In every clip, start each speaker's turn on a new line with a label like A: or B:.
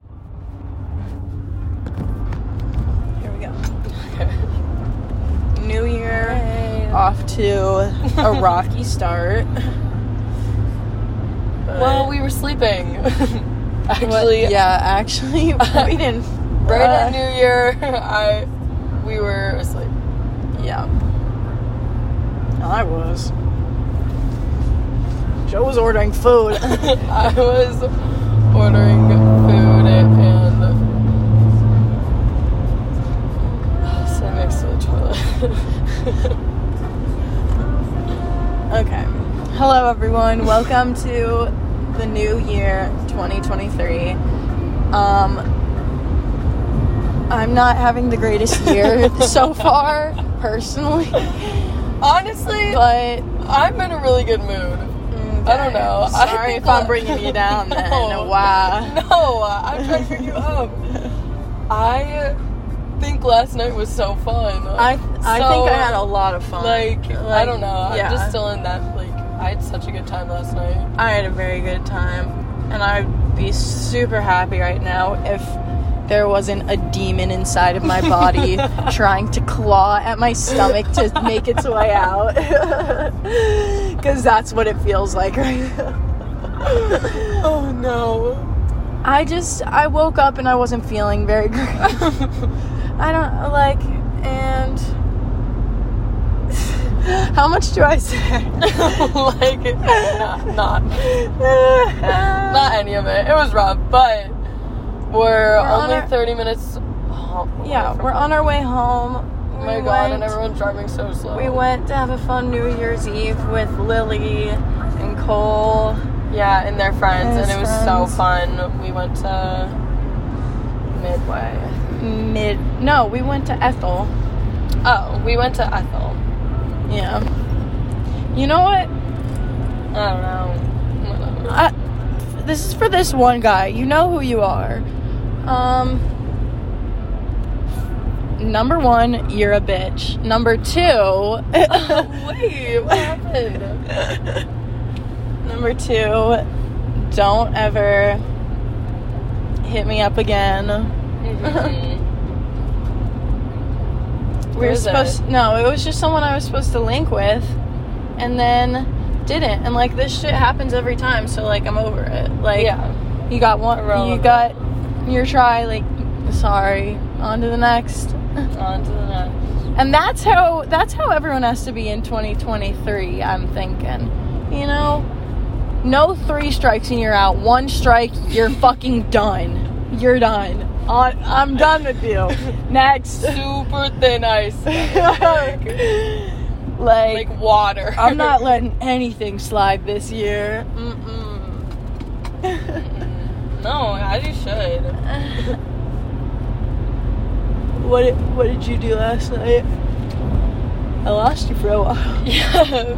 A: off to a rocky start. But-
B: Well, we were sleeping. Actually,
A: What- yeah, actually, we didn't.
B: Right
A: uh,
B: at New Year, I we were asleep.
A: Yeah. I was. Joe was ordering food.
B: I was ordering food and sitting next to the toilet.
A: okay. Hello, everyone. Welcome to the new year, 2023. Um, I'm not having the greatest year so far, personally,
B: Honestly,
A: but
B: I'm in a really good mood. I don't know. I
A: Sorry
B: think
A: if I'm
B: that-
A: bringing you down. Then
B: No.
A: wow.
B: No, I'm trying to bring you up. I think last night was so fun.
A: I I
B: So,
A: think I had a lot of fun.
B: like, I don't know.
A: yeah.
B: I'm just still in that like I had such a good time last night.
A: I had a very good time, and I'd be super happy right now if there wasn't a demon inside of my body trying to claw at my stomach to make its way out. Because that's what it feels like right now.
B: Oh no.
A: I just I woke up and I wasn't feeling very great. I don't like and how much do I
B: like not, not
A: say?
B: not any of it. It was rough, but we're,
A: on
B: only
A: our-
B: 30 minutes. home away
A: Yeah,
B: from
A: we're
B: home.
A: on our way home.
B: Oh
A: We
B: my god, and
A: went-
B: everyone's driving so slow.
A: We went to have a fun New Year's Eve with Lily and Cole.
B: Yeah, and their friends,
A: And
B: and,
A: his
B: it was
A: friends.
B: so fun. We went to Midway.
A: Mid. No, we went to Ethel.
B: Oh, we went to Ethel.
A: Yeah. You know what?
B: I don't know. Whatever.
A: I, this is for this one guy. You know who you are. Um. Number one, you're a bitch. Number two.
B: Wait, what happened?
A: Number two, don't ever hit me up again.
B: Mhm.
A: We were
B: Was it?
A: supposed no, it was just someone I was supposed to link with and then didn't. And like this shit happens every time, so like I'm over it. Like
B: yeah.
A: you got one you
B: Irrelevant.
A: got your try, like sorry, on to the next.
B: On to the next.
A: And that's how that's how everyone has to be in 2023, I'm thinking. You know, no three strikes and you're out. One strike, you're fucking done. You're done. On, I'm done with you. Next.
B: Super thin ice.
A: like,
B: Like water.
A: I'm not letting anything slide this year.
B: Mm-mm. No, as you should.
A: what did, what did you do last night? I lost you for a while.
B: Yeah.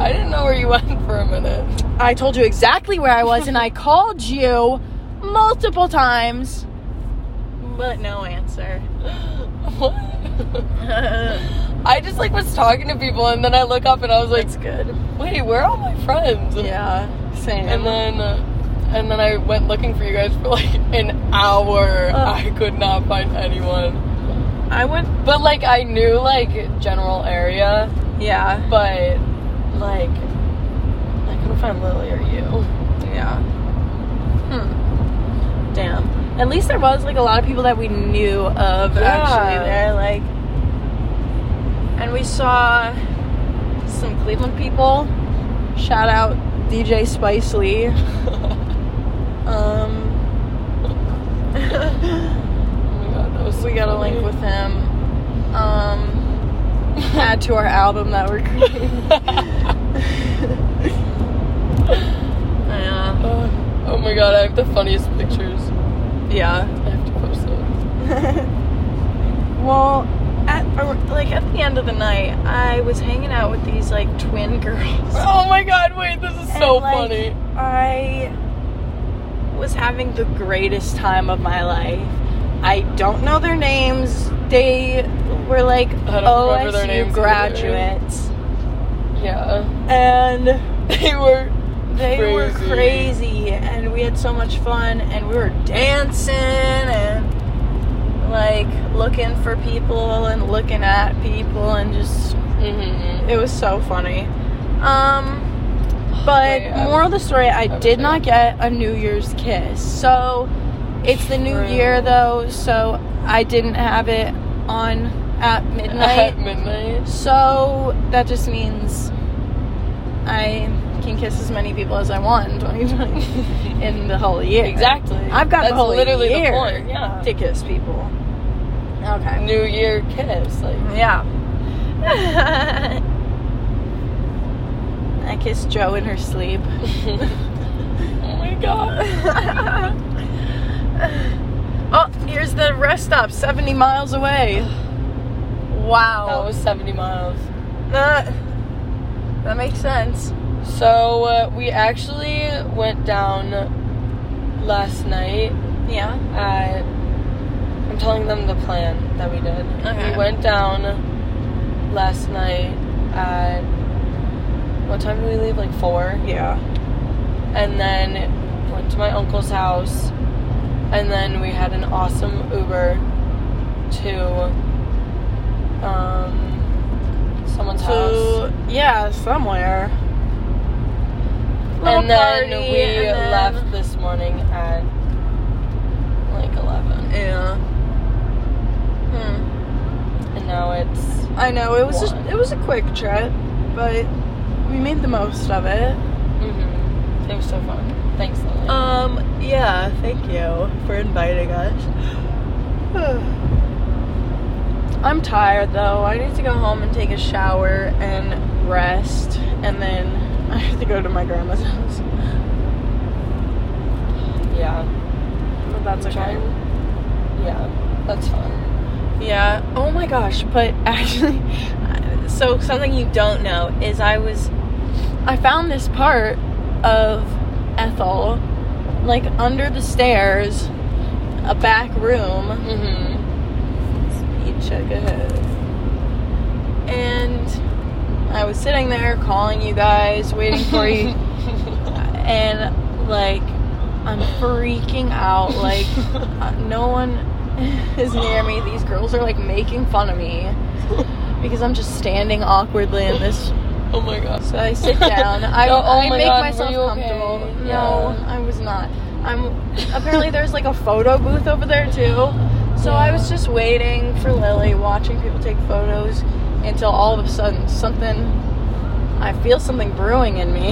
B: I didn't know where you went for a minute.
A: I told you exactly where I was and I called you multiple times. But no answer.
B: What?
A: That's
B: I just like was talking to people and then I look up and I was like,
A: good.
B: wait, where are all my friends?
A: Yeah, same.
B: And then uh, and then I went looking for you guys for like an hour.
A: Ugh.
B: I could not find anyone.
A: I went,
B: But like I knew like general area,
A: yeah,
B: but like I couldn't find Lily or you.
A: yeah. Hmm. Damn. At least there was like a lot of people that we knew of
B: Yeah.
A: actually there, like, and we saw some Cleveland people. Shout out DJ Spice Lee. Um,
B: Oh my god, that was so
A: we got a
B: funny.
A: link with him. Um, add to our album that we're creating. yeah.
B: Uh, oh my god, I have the funniest pictures.
A: Yeah.
B: I have to post them.
A: well, at or, like at the end of the night, I was hanging out with these like twin girls.
B: Oh my god, wait, this is
A: And,
B: so
A: like,
B: funny.
A: I was having the greatest time of my life. I don't know their names. They were like
B: I don't remember their
A: OSU
B: names
A: graduates,
B: Yeah.
A: and
B: They were.
A: They were
B: Crazy.
A: crazy, and we had so much fun, and we were dancing and like looking for people and looking at people and just
B: Mm-hmm.
A: It was so funny. Um, but
B: Wait, I
A: moral of the story, I
B: was
A: did
B: there.
A: not get a New Year's kiss. So it's the new
B: True.
A: year though, so I didn't have it on at midnight.
B: At midnight.
A: so that just means I can kiss as many people as I want in 2020 in the whole year.
B: Exactly.
A: I've got
B: That's
A: the whole
B: literally
A: year
B: the point. Yeah.
A: to kiss people. Okay.
B: New Year kiss. Like
A: Yeah. I kissed Joe in her sleep.
B: Oh my god.
A: oh, here's the rest stop, 70 miles away.
B: That
A: Wow.
B: was 70 miles.
A: That, that makes sense.
B: So uh, we actually went down last night
A: Yeah.
B: at. I'm telling them the plan that we did.
A: Okay.
B: We went down last night at. What time did we leave? Like four.
A: Yeah.
B: and then went to my uncle's house and then we had an awesome uber to um someone's house
A: So, yeah, somewhere. Little
B: and then
A: party,
B: we
A: and then-
B: left this morning at like 11
A: Yeah. Hmm.
B: and now it's
A: I know it was just
B: One.
A: it was a quick trip, but we made the most of it.
B: hmm it was so fun thanks Lily.
A: Um, yeah, thank you for inviting us. I'm tired though. I need to go home and take a shower and rest, and then I have to go to my grandma's house.
B: yeah
A: But that's okay.
B: Trying- yeah that's fun
A: Yeah. Oh my gosh. But actually, so something you don't know is I was, I found this part of Ethel, like under the stairs, a back room.
B: mm-hmm.
A: You check ahead. And I was sitting there calling you guys, waiting for you, and like I'm freaking out. Like uh, no one is near me. These girls are like making fun of me because I'm just standing awkwardly in this.
B: oh my god
A: So I sit down. I,
B: No, oh
A: I
B: my
A: make
B: God, were
A: myself
B: you okay?
A: comfortable. No,
B: Yeah.
A: I was not. I'm apparently there's like a photo booth over there too. So I was just waiting for Lily, watching people take photos until all of a sudden something I feel something brewing in me.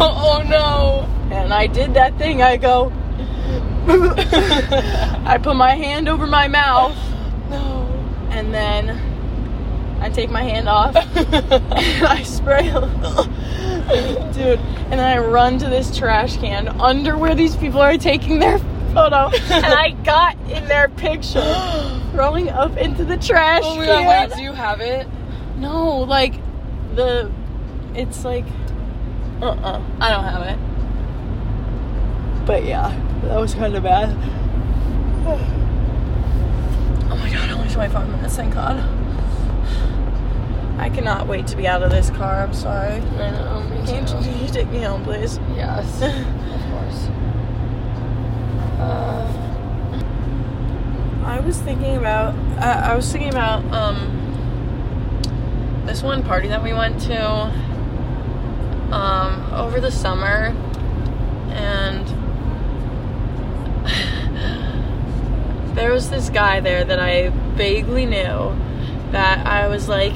B: oh no
A: And I did that thing. I go I put my hand over my mouth
B: no.
A: and then I take my hand off and I spray dude and then I run to this trash can under where these people are taking their photo and I got in their picture
B: oh
A: throwing up into the trash can.
B: my god, wait, do you have it?
A: No, like the it's like
B: Uh uh
A: I don't have it. But yeah, that was kind of bad. Oh my god, only 25 minutes, thank god. I cannot wait to be out of this car, I'm sorry.
B: I know, me
A: Can you,
B: too.
A: can you take me home, please?
B: Yes, of course. Uh,
A: I was thinking about, uh, I I was thinking about um, this one party that we went to um, over the summer, and there was this guy there that I vaguely knew that I was like,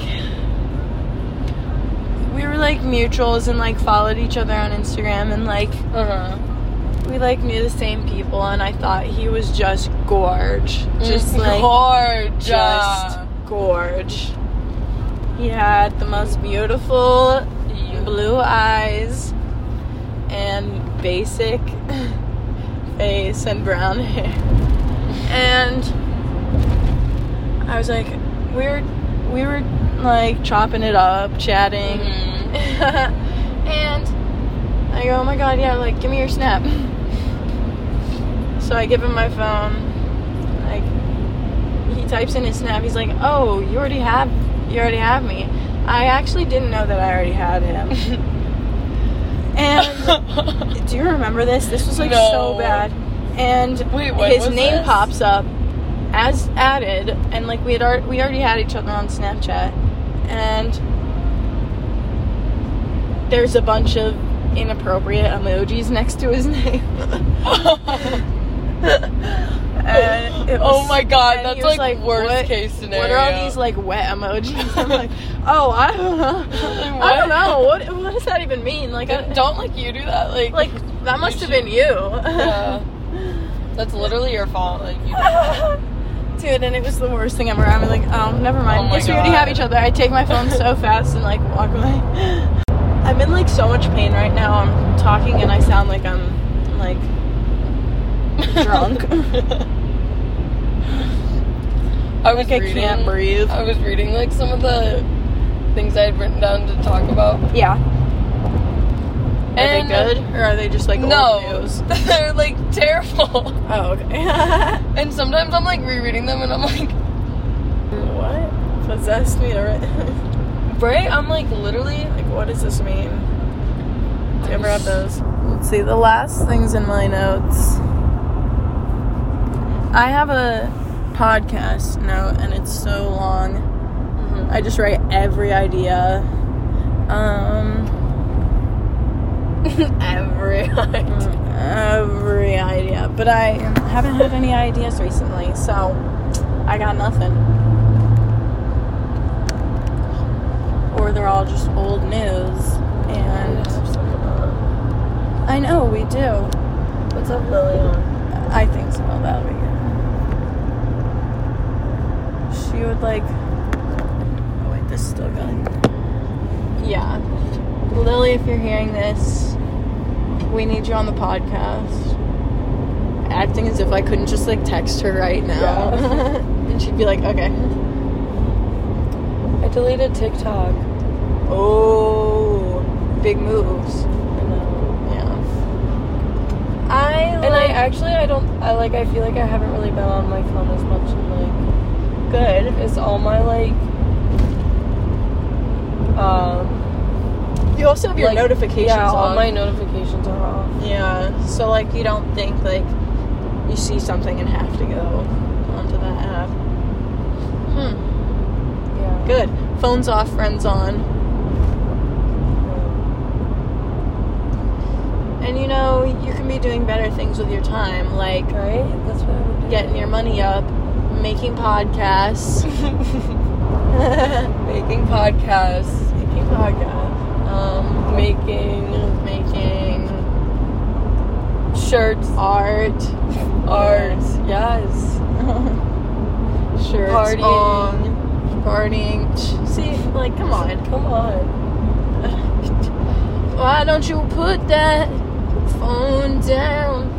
A: we were like mutuals and like followed each other on Instagram and like
B: uh-huh.
A: we like knew the same people and I thought he was just gorge.
B: mm,
A: Just like
B: gorgeous.
A: just gorge. He had the most beautiful blue eyes and basic face and brown hair. And I was like, we were we were like chopping it up, chatting.
B: Mhm.
A: and I go, oh my god, yeah, like, give me your snap. So I give him my phone. Like, he types in his snap. He's like, oh, you already have, you already have me. I actually didn't know that I already had him. and
B: Mm-hmm.
A: do you remember this? This was like so
B: No.
A: bad. And
B: Wait, when
A: his
B: was
A: name
B: this?
A: pops up as added, and like we had already, we already had each other on Snapchat, and there's a bunch of inappropriate emojis next to his name. and it
B: oh
A: was-
B: my god,
A: and he
B: that's
A: was
B: like, worst
A: what,
B: case scenario.
A: What are all these like wet emojis? I'm like, oh, I don't know. I
B: What?
A: don't know. What what does that even mean? Like, I,
B: Don't like you do that. Like,
A: like that must have been you.
B: yeah. that's literally your fault. Like, you
A: Dude, and it was the worst thing ever. I'm like, oh, never
B: Oh
A: mind.
B: my
A: Guess we already
B: God.
A: have each other. I take my phone so fast and like walk away. I'm in like so much pain right now. I'm talking and I sound like I'm like Drunk.
B: I was
A: like I
B: reading.
A: can't breathe.
B: I was reading like some of the things I had written down to talk about.
A: Yeah. Are
B: And-
A: they good or are they just like
B: no,
A: old news?
B: they're like terrible.
A: Oh, okay.
B: And sometimes I'm like rereading them, and I'm like,
A: what possessed me to write?
B: Bray, I'm like literally.
A: like, what does this mean? Do you ever have those? Let's see. The last things in my notes. I have a podcast note, and it's so long.
B: Mhm.
A: I just write every idea. Um,
B: Every.
A: every idea. But I haven't had any ideas recently, so I got nothing. Or they're all just old news. And I know we do.
B: What's up, Lily?
A: I think so. That'll be good. She would like. Oh wait, this is still going. Yeah, Lily, if you're hearing this, we need you on the podcast. Acting as if I couldn't just like text her right now,
B: Yeah.
A: and she'd be like, "Okay."
B: I deleted TikTok.
A: Oh, big moves. Yeah. I
B: And I actually I don't I like I feel like I haven't really been on my phone as much and
A: good.
B: like is all my like um
A: You also have your
B: like,
A: notifications
B: yeah,
A: on.
B: all my notifications are off.
A: Yeah. So like you don't think like you see something and have to go onto that app. Hmm.
B: Yeah.
A: Good. Phones off, friends on. And you know, you can be doing better things with your time, like
B: Right? That's what I would do.
A: getting your money up, making podcasts. making
B: making podcasts,
A: podcasts. Um
B: making
A: making
B: shirts,
A: art.
B: art. Yes.
A: Shirts
B: Partying.
A: on. Partying. See, like come on.
B: Come on.
A: Why don't you put that phone down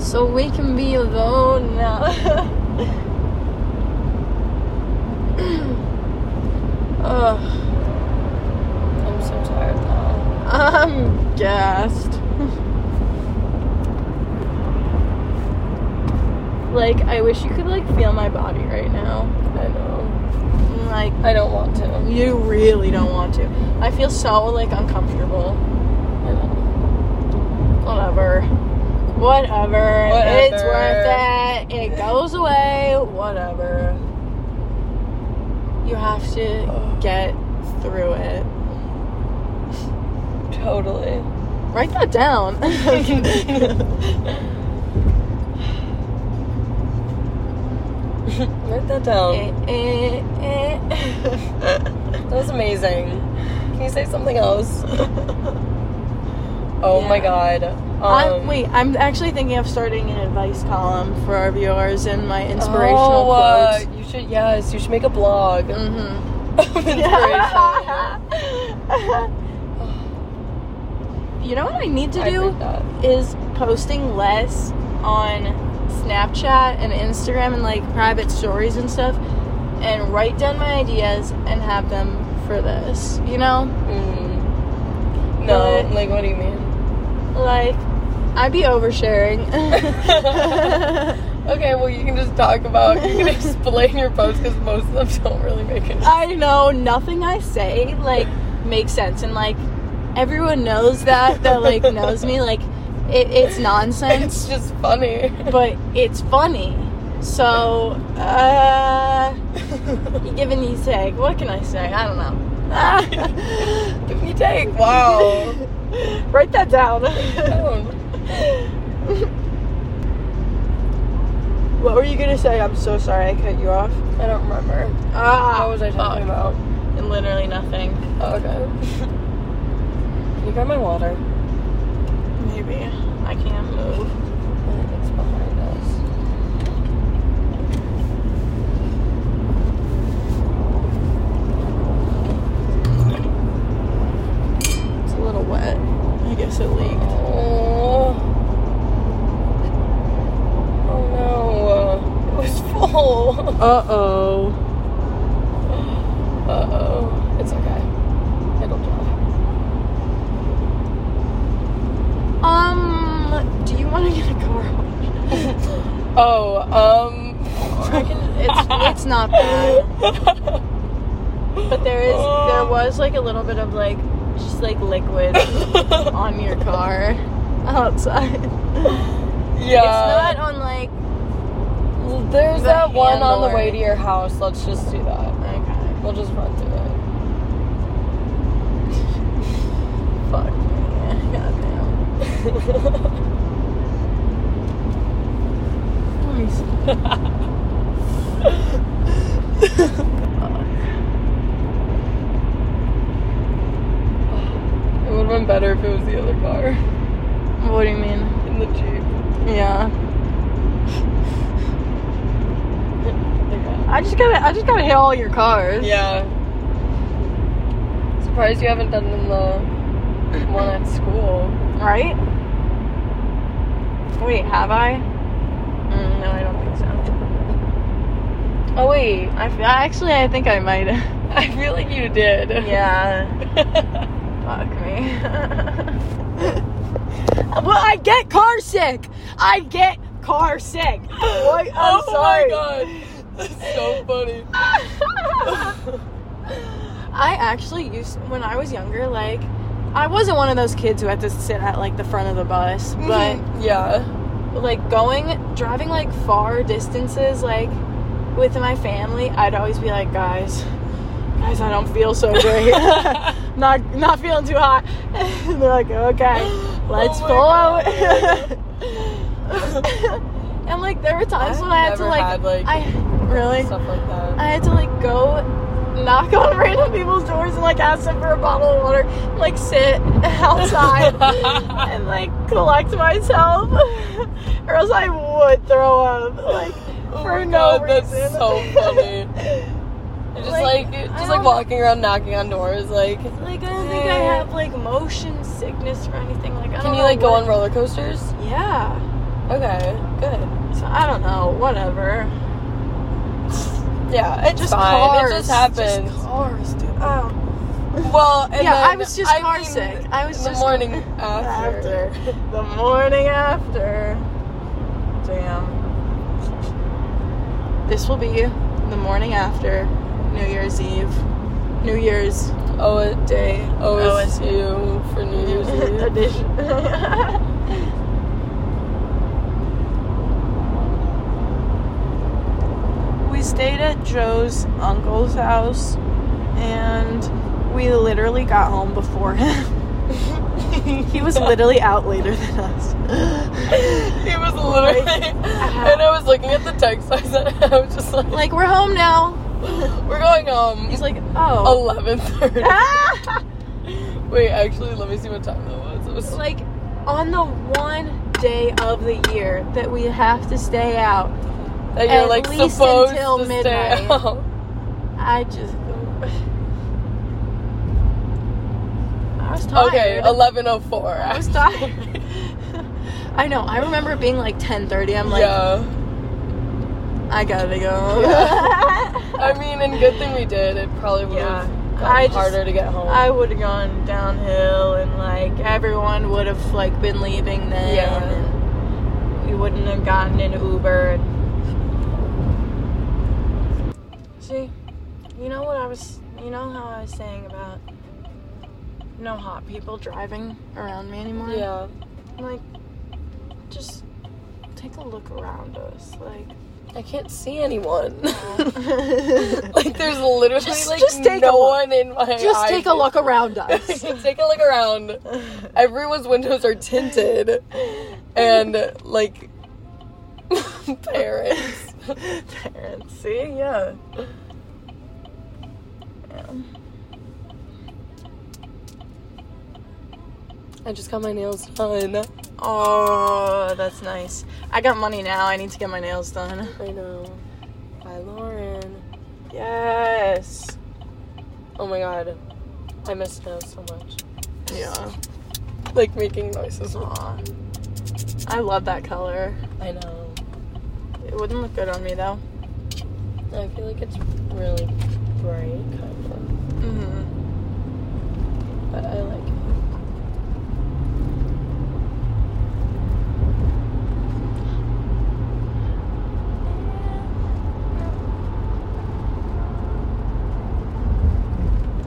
A: so we can be alone now? Ugh,
B: I'm so tired now.
A: I'm gassed. like I wish you could like feel my body right now.
B: I know.
A: Like
B: I don't want to.
A: you really don't want to. I feel so like uncomfortable.
B: I know.
A: Whatever. Whatever. It's
B: Whatever.
A: worth it. It goes away. Whatever. You have to get through it.
B: Totally.
A: Write that down. Eh,
B: Write that down.
A: Eh, eh, eh.
B: That was amazing. Can you say something else? Oh my
A: Yeah.
B: god.
A: I'm,
B: Um,
A: wait, I'm actually thinking of starting an advice column for our viewers and my inspirational
B: oh, uh,
A: quotes.
B: you should yes, you should make a blog of
A: Mm-hmm.
B: inspiration.
A: you know what I need to
B: I
A: do?
B: did that.
A: is posting less on Snapchat and Instagram and like private stories and stuff and write down my ideas and have them for this. You know?
B: Mm. No,
A: But-
B: like what do you mean?
A: Like I'd be oversharing.
B: Okay, well you can just talk about you can explain your posts because most of them don't really make any
A: I know nothing I say like makes sense and like everyone knows that that like knows me like it, it's nonsense
B: It's just funny.
A: but it's funny. So uh give and you take. What can I say? I don't know. Give me take.
B: Wow.
A: Write that down. what were you gonna say? I'm so sorry I cut you off.
B: I don't remember.
A: Ah,
B: what was I talking about?
A: about? Literally nothing.
B: Oh, okay. Can you grab my water?
A: Maybe I can't move.
B: I think it's behind us.
A: It's a little wet. I guess it leaked.
B: Oh. Oh no. It was full.
A: Uh oh.
B: Uh oh. It's okay. It'll dry.
A: Um, do you want to get a car wash?
B: Oh, um.
A: I can- it's- it's not bad. but there is,
B: Oh.
A: there was like a little bit of like, just like liquid on your car outside.
B: Yeah.
A: It's not on like.
B: There's
A: the
B: that one on the
A: handle
B: way
A: or-
B: to your house. Let's just do that.
A: Okay.
B: We'll just run through it.
A: Fuck. me. Goddamn. Let me see.
B: It would have been better if it was the other car
A: What do you mean?
B: in the Jeep.
A: Yeah. I just gotta, I just gotta hit all your cars.
B: Yeah. Surprised you haven't done them the one at school.
A: Right? Wait, have I? Mm, no, I don't think so.
B: Oh wait,
A: I f- actually, I think I might.
B: I feel like you did.
A: yeah. Fuck me. well, I get car sick. I get car sick. What? I'm
B: oh
A: sorry.
B: my god, that's so funny.
A: I actually used when I was younger, like I wasn't one of those kids who had to sit at like the front of the bus, but
B: yeah,
A: like going driving like far distances like with my family, I'd always be like, guys, guys, I don't feel so great. not not feeling too hot. And they're like, okay, let's
B: Oh my
A: pull
B: God.
A: out. and like there were times when I had to
B: never
A: like,
B: had, like,
A: I really
B: stuff like that.
A: I had to like go knock on random people's doors and like ask them for a bottle of water, like sit outside and like collect myself, or else I would throw up like
B: Oh
A: for
B: my
A: no
B: God, that's
A: reason.
B: so funny. You're just
A: Like,
B: like,
A: I
B: just like
A: don't-
B: walking around knocking on doors. Like, can
A: like I don't think I have like motion sickness or anything. Like I don't
B: you
A: know
B: like go
A: what-
B: on roller coasters?
A: Yeah.
B: Okay, good.
A: So I don't know. Whatever.
B: Yeah, it's
A: Just
B: fine.
A: cars.
B: It just happens.
A: Just cars, dude. Oh.
B: Well, and
A: Yeah,
B: then,
A: I was just car
B: mean,
A: sick. I was
B: the
A: just-
B: morning after.
A: The morning after. Damn. This will be the morning after New Year's Eve. New Year's
B: O-
A: Day. Oh,
B: OSU Oh, for New Year's Eve.
A: Edition. we stayed at Joe's uncle's house and we literally got home before him. he was literally out later than us.
B: He was literally,
A: uh-huh.
B: and I was looking at the text. I said, I was just like,
A: like, we're home now.
B: we're going home.
A: He's like, oh.
B: eleven thirty.
A: Ah!
B: Wait, actually, let me see what time that was. It was
A: like on the one day of the year that we have to stay out.
B: that you're
A: at
B: like
A: least
B: supposed
A: until
B: to stay
A: midnight.
B: out.
A: I just. I was tired.
B: Okay, eleven oh four.
A: I was tired. I know. I remember it being like 10:30. I'm like,
B: yeah,
A: I gotta go.
B: I mean, and good thing we did. It probably would
A: Yeah.
B: have
A: I
B: gotten
A: just-
B: harder to get home.
A: I would have gone downhill, and like everyone would have like been leaving then.
B: Yeah.
A: And we wouldn't have gotten an Uber. See, you know what I was, you know how I was saying about no hot people driving around me anymore.
B: yeah,
A: Like, uh, just take a look around us. Like,
B: I can't see anyone. like there's literally
A: Just-
B: like
A: just take a
B: no
A: look.
B: one in my
A: Just take a
B: eye-
A: look around us.
B: take a look around. Everyone's windows are tinted, and like parents.
A: Parents, see? Yeah. yeah.
B: I just got my nails done.
A: Oh, that's nice. I got money now. I need to get my nails done.
B: I know. Hi, Lauren.
A: Yes.
B: Oh my god, I miss nails so much.
A: Yeah.
B: Like making noises.
A: Aw. I love that color.
B: I know.
A: It wouldn't look good on me though.
B: I feel like it's really bright, kind of.
A: Mm-hmm.
B: But I like it.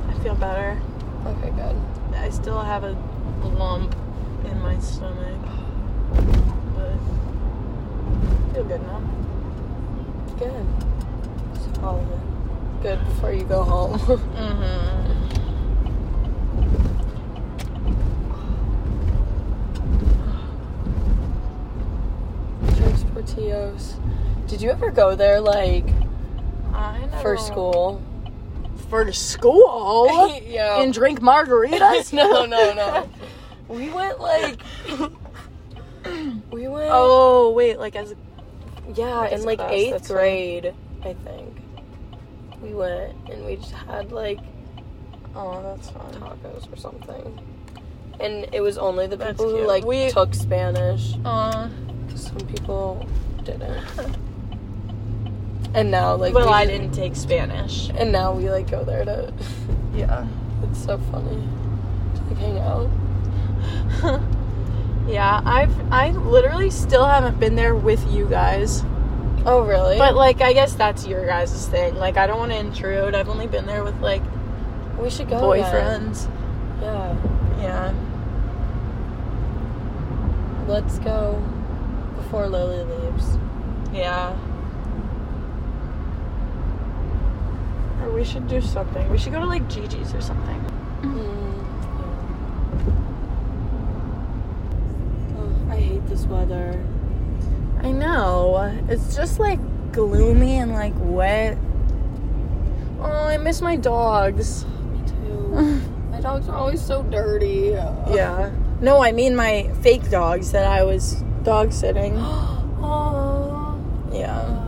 A: I feel better.
B: Okay, good.
A: I still have a lump in my stomach. But I feel good now.
B: Good. Solid. Good before you go home.
A: Mm-hmm.
B: Tres Portillos. Did you ever go there like
A: I never
B: for school?
A: For school?
B: yeah.
A: and drink margaritas?
B: no, no, no. We went like we went.
A: Oh wait, like as a
B: yeah,
A: It's
B: in like
A: class,
B: eighth
A: that's fine.
B: grade, I think. We went and we just had like
A: oh that's fun.
B: tacos or something, and it was only the
A: That's
B: people who
A: cute.
B: like
A: We-
B: took Spanish.
A: Uh,
B: Some people didn't. And now, like,
A: well,
B: we
A: I
B: just-
A: didn't take Spanish.
B: And now we like go there to.
A: Yeah.
B: It's so funny. To, like hang out.
A: yeah, I've I literally still haven't been there with you guys.
B: Oh really?
A: But like I guess that's your guys' thing. Like I don't want to intrude. I've only been there with like
B: we should go. again.
A: boyfriends.
B: Yeah.
A: Yeah.
B: Let's go before Lily leaves.
A: Yeah. Or we should do something. We should go to like Gigi's or something. Mm-hmm.
B: Mm. Oh, I hate this weather.
A: I know. It's just like gloomy and like wet. Oh, I miss my dogs.
B: Me too. My dogs are always so dirty.
A: yeah. No, I mean my fake dogs that I was dog sitting.
B: Oh.
A: Yeah.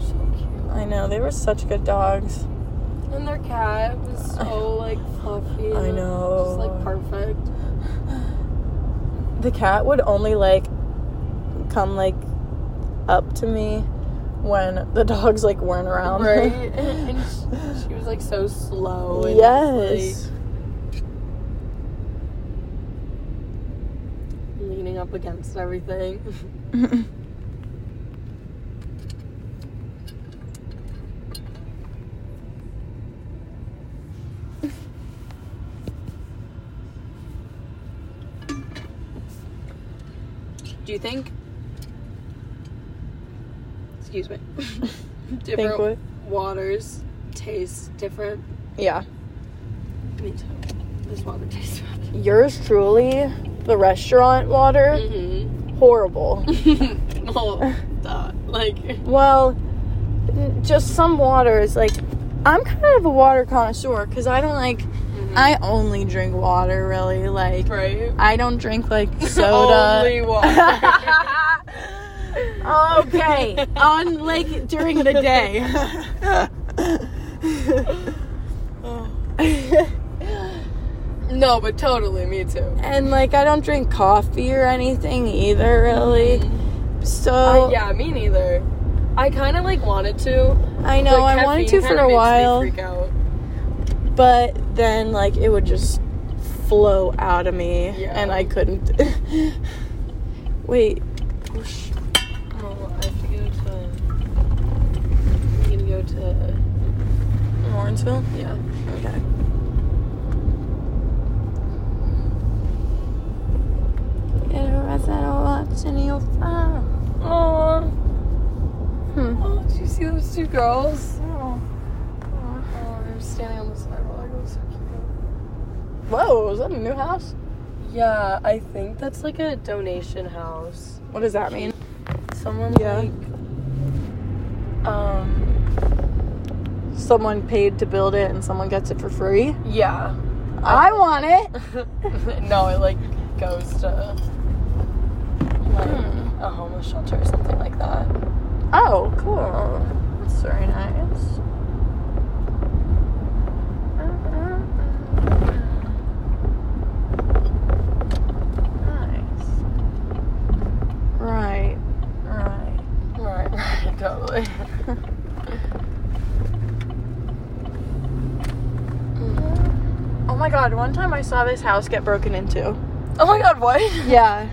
B: So cute.
A: I know. They were such good dogs.
B: And their cat was so like fluffy.
A: I
B: and
A: know.
B: Just like perfect.
A: The cat would only like come like up to me when the dogs like weren't around.
B: Right? and she, she was like so slow. And
A: yes.
B: Like, leaning up against everything. Do you think? Excuse me.
A: Think
B: different
A: what?
B: waters taste different.
A: Yeah.
B: Me too. This water tastes different.
A: Yours truly, the restaurant water,
B: Mm-hmm.
A: horrible.
B: oh, that. Like,
A: Well, n- just some waters. Like, I'm kind of a water connoisseur because I don't like. I only drink water, really. Like,
B: Mm-hmm. right?
A: I don't drink like soda.
B: Only water.
A: okay, on like during the day.
B: Oh. no, but totally, me too.
A: and like, I don't drink coffee or anything either, really. So
B: Uh, yeah, me neither. I kind of like wanted to.
A: I know
B: but
A: I wanted
B: caffeine
A: to for
B: kinda
A: a
B: makes me
A: while,
B: freak out.
A: but then like it would just flow out of me,
B: Yeah.
A: and I couldn't. Wait,
B: Oh, I have to go to. I'm gonna go to.
A: Lawrenceville.
B: Yeah.
A: Okay. Get a rest and watch in your phone.
B: Aww.
A: Hmm. Oh,
B: those two girls. Oh, oh, oh, they were standing on the sidewalk. It was so cute.
A: Whoa, is that a new house?
B: Yeah, I think that's like a donation house.
A: What does that mean?
B: Someone
A: Yeah.
B: like um
A: Someone paid to build it and someone gets it for free.
B: yeah.
A: I want it.
B: no, it like goes to like
A: Hmm.
B: a homeless shelter or something like that.
A: Oh, cool. That's very nice. Nice. Right. Right.
B: Right, right, totally.
A: Oh my god, one time I saw this house get broken into.
B: oh my god, what?
A: Yeah.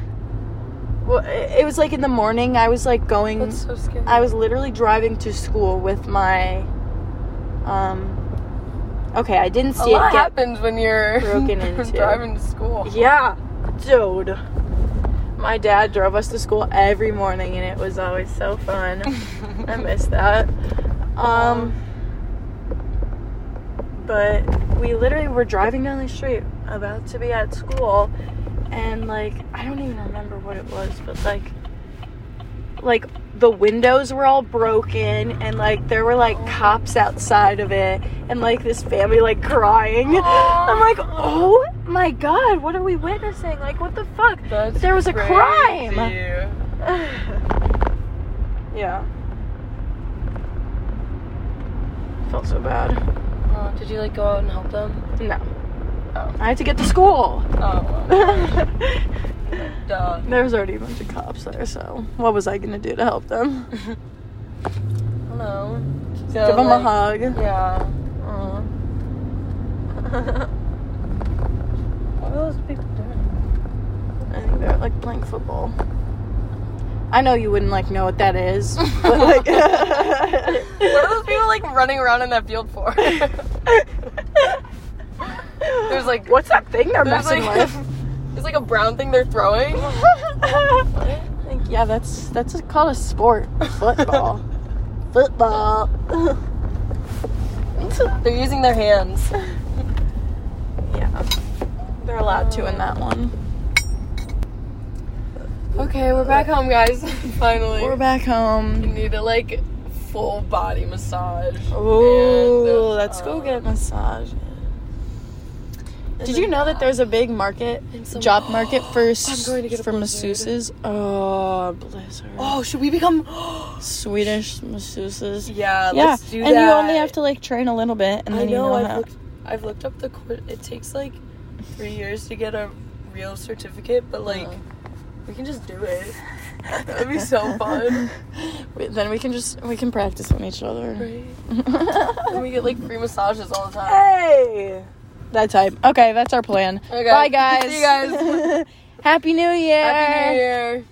A: Well, it it was like in the morning. I was like going
B: That's so scary.
A: I was literally driving to school with my. Um, okay, I didn't
B: a
A: see
B: lot
A: it get.
B: happens when you're
A: broken into.
B: driving to school.
A: Yeah, dude. My dad drove us to school every morning, and it was always so fun. I miss that. Um, but we literally were driving down the street, about to be at school, and like I don't even remember what it was, but like, like the windows were all broken, and like there were like
B: Oh.
A: cops outside of it, and like this family like crying.
B: Aw.
A: I'm like, oh my god, what are we witnessing? Like, what the fuck?
B: That's
A: There was a
B: crazy.
A: crime. yeah. Felt so bad.
B: Oh, did you like go out and help them?
A: No.
B: Oh.
A: I had to get to school.
B: Oh,
A: there
B: well, duh.
A: was already a bunch of cops there, so what was I gonna do to help them?
B: Hello. So,
A: Give them a
B: like,
A: hug.
B: Yeah.
A: Aw.
B: What are those people doing?
A: I think they're like playing football. I know you wouldn't like know what that is, but like.
B: what are those people like running around in that field for?
A: there's like what's that thing they're
B: There's
A: messing
B: like, there's like a brown thing they're throwing.
A: with? like, yeah, that's that's a- called a sport. Football. Football.
B: They're using their hands.
A: yeah, they're allowed to in that one.
B: Okay, we're back home, guys. Finally.
A: We're back home.
B: need a like full body massage.
A: Oh,
B: And,
A: let's go
B: uh,
A: get a massage.
B: and
A: Did you
B: then
A: know that
B: back.
A: there's a big market,
B: And some-
A: job market for s-
B: going to get a
A: for
B: blizzard.
A: masseuses? Oh, blizzard.
B: Oh, should we become?
A: Swedish masseuses.
B: yeah,
A: yeah,
B: let's do
A: and
B: that.
A: you only have to like train a little bit, and then
B: I know.
A: you know
B: I've
A: how.
B: looked, I've looked up the. cour- It takes like three years to get a real certificate, but like
A: Uh-huh.
B: we can just do it. That would be so fun,
A: We- then we can just we can practice on each other.
B: right? And we get like free massages all the time.
A: hey, that type. Okay, that's our plan.
B: Okay.
A: Bye guys.
B: See you guys.
A: Happy New Year.
B: Happy New Year.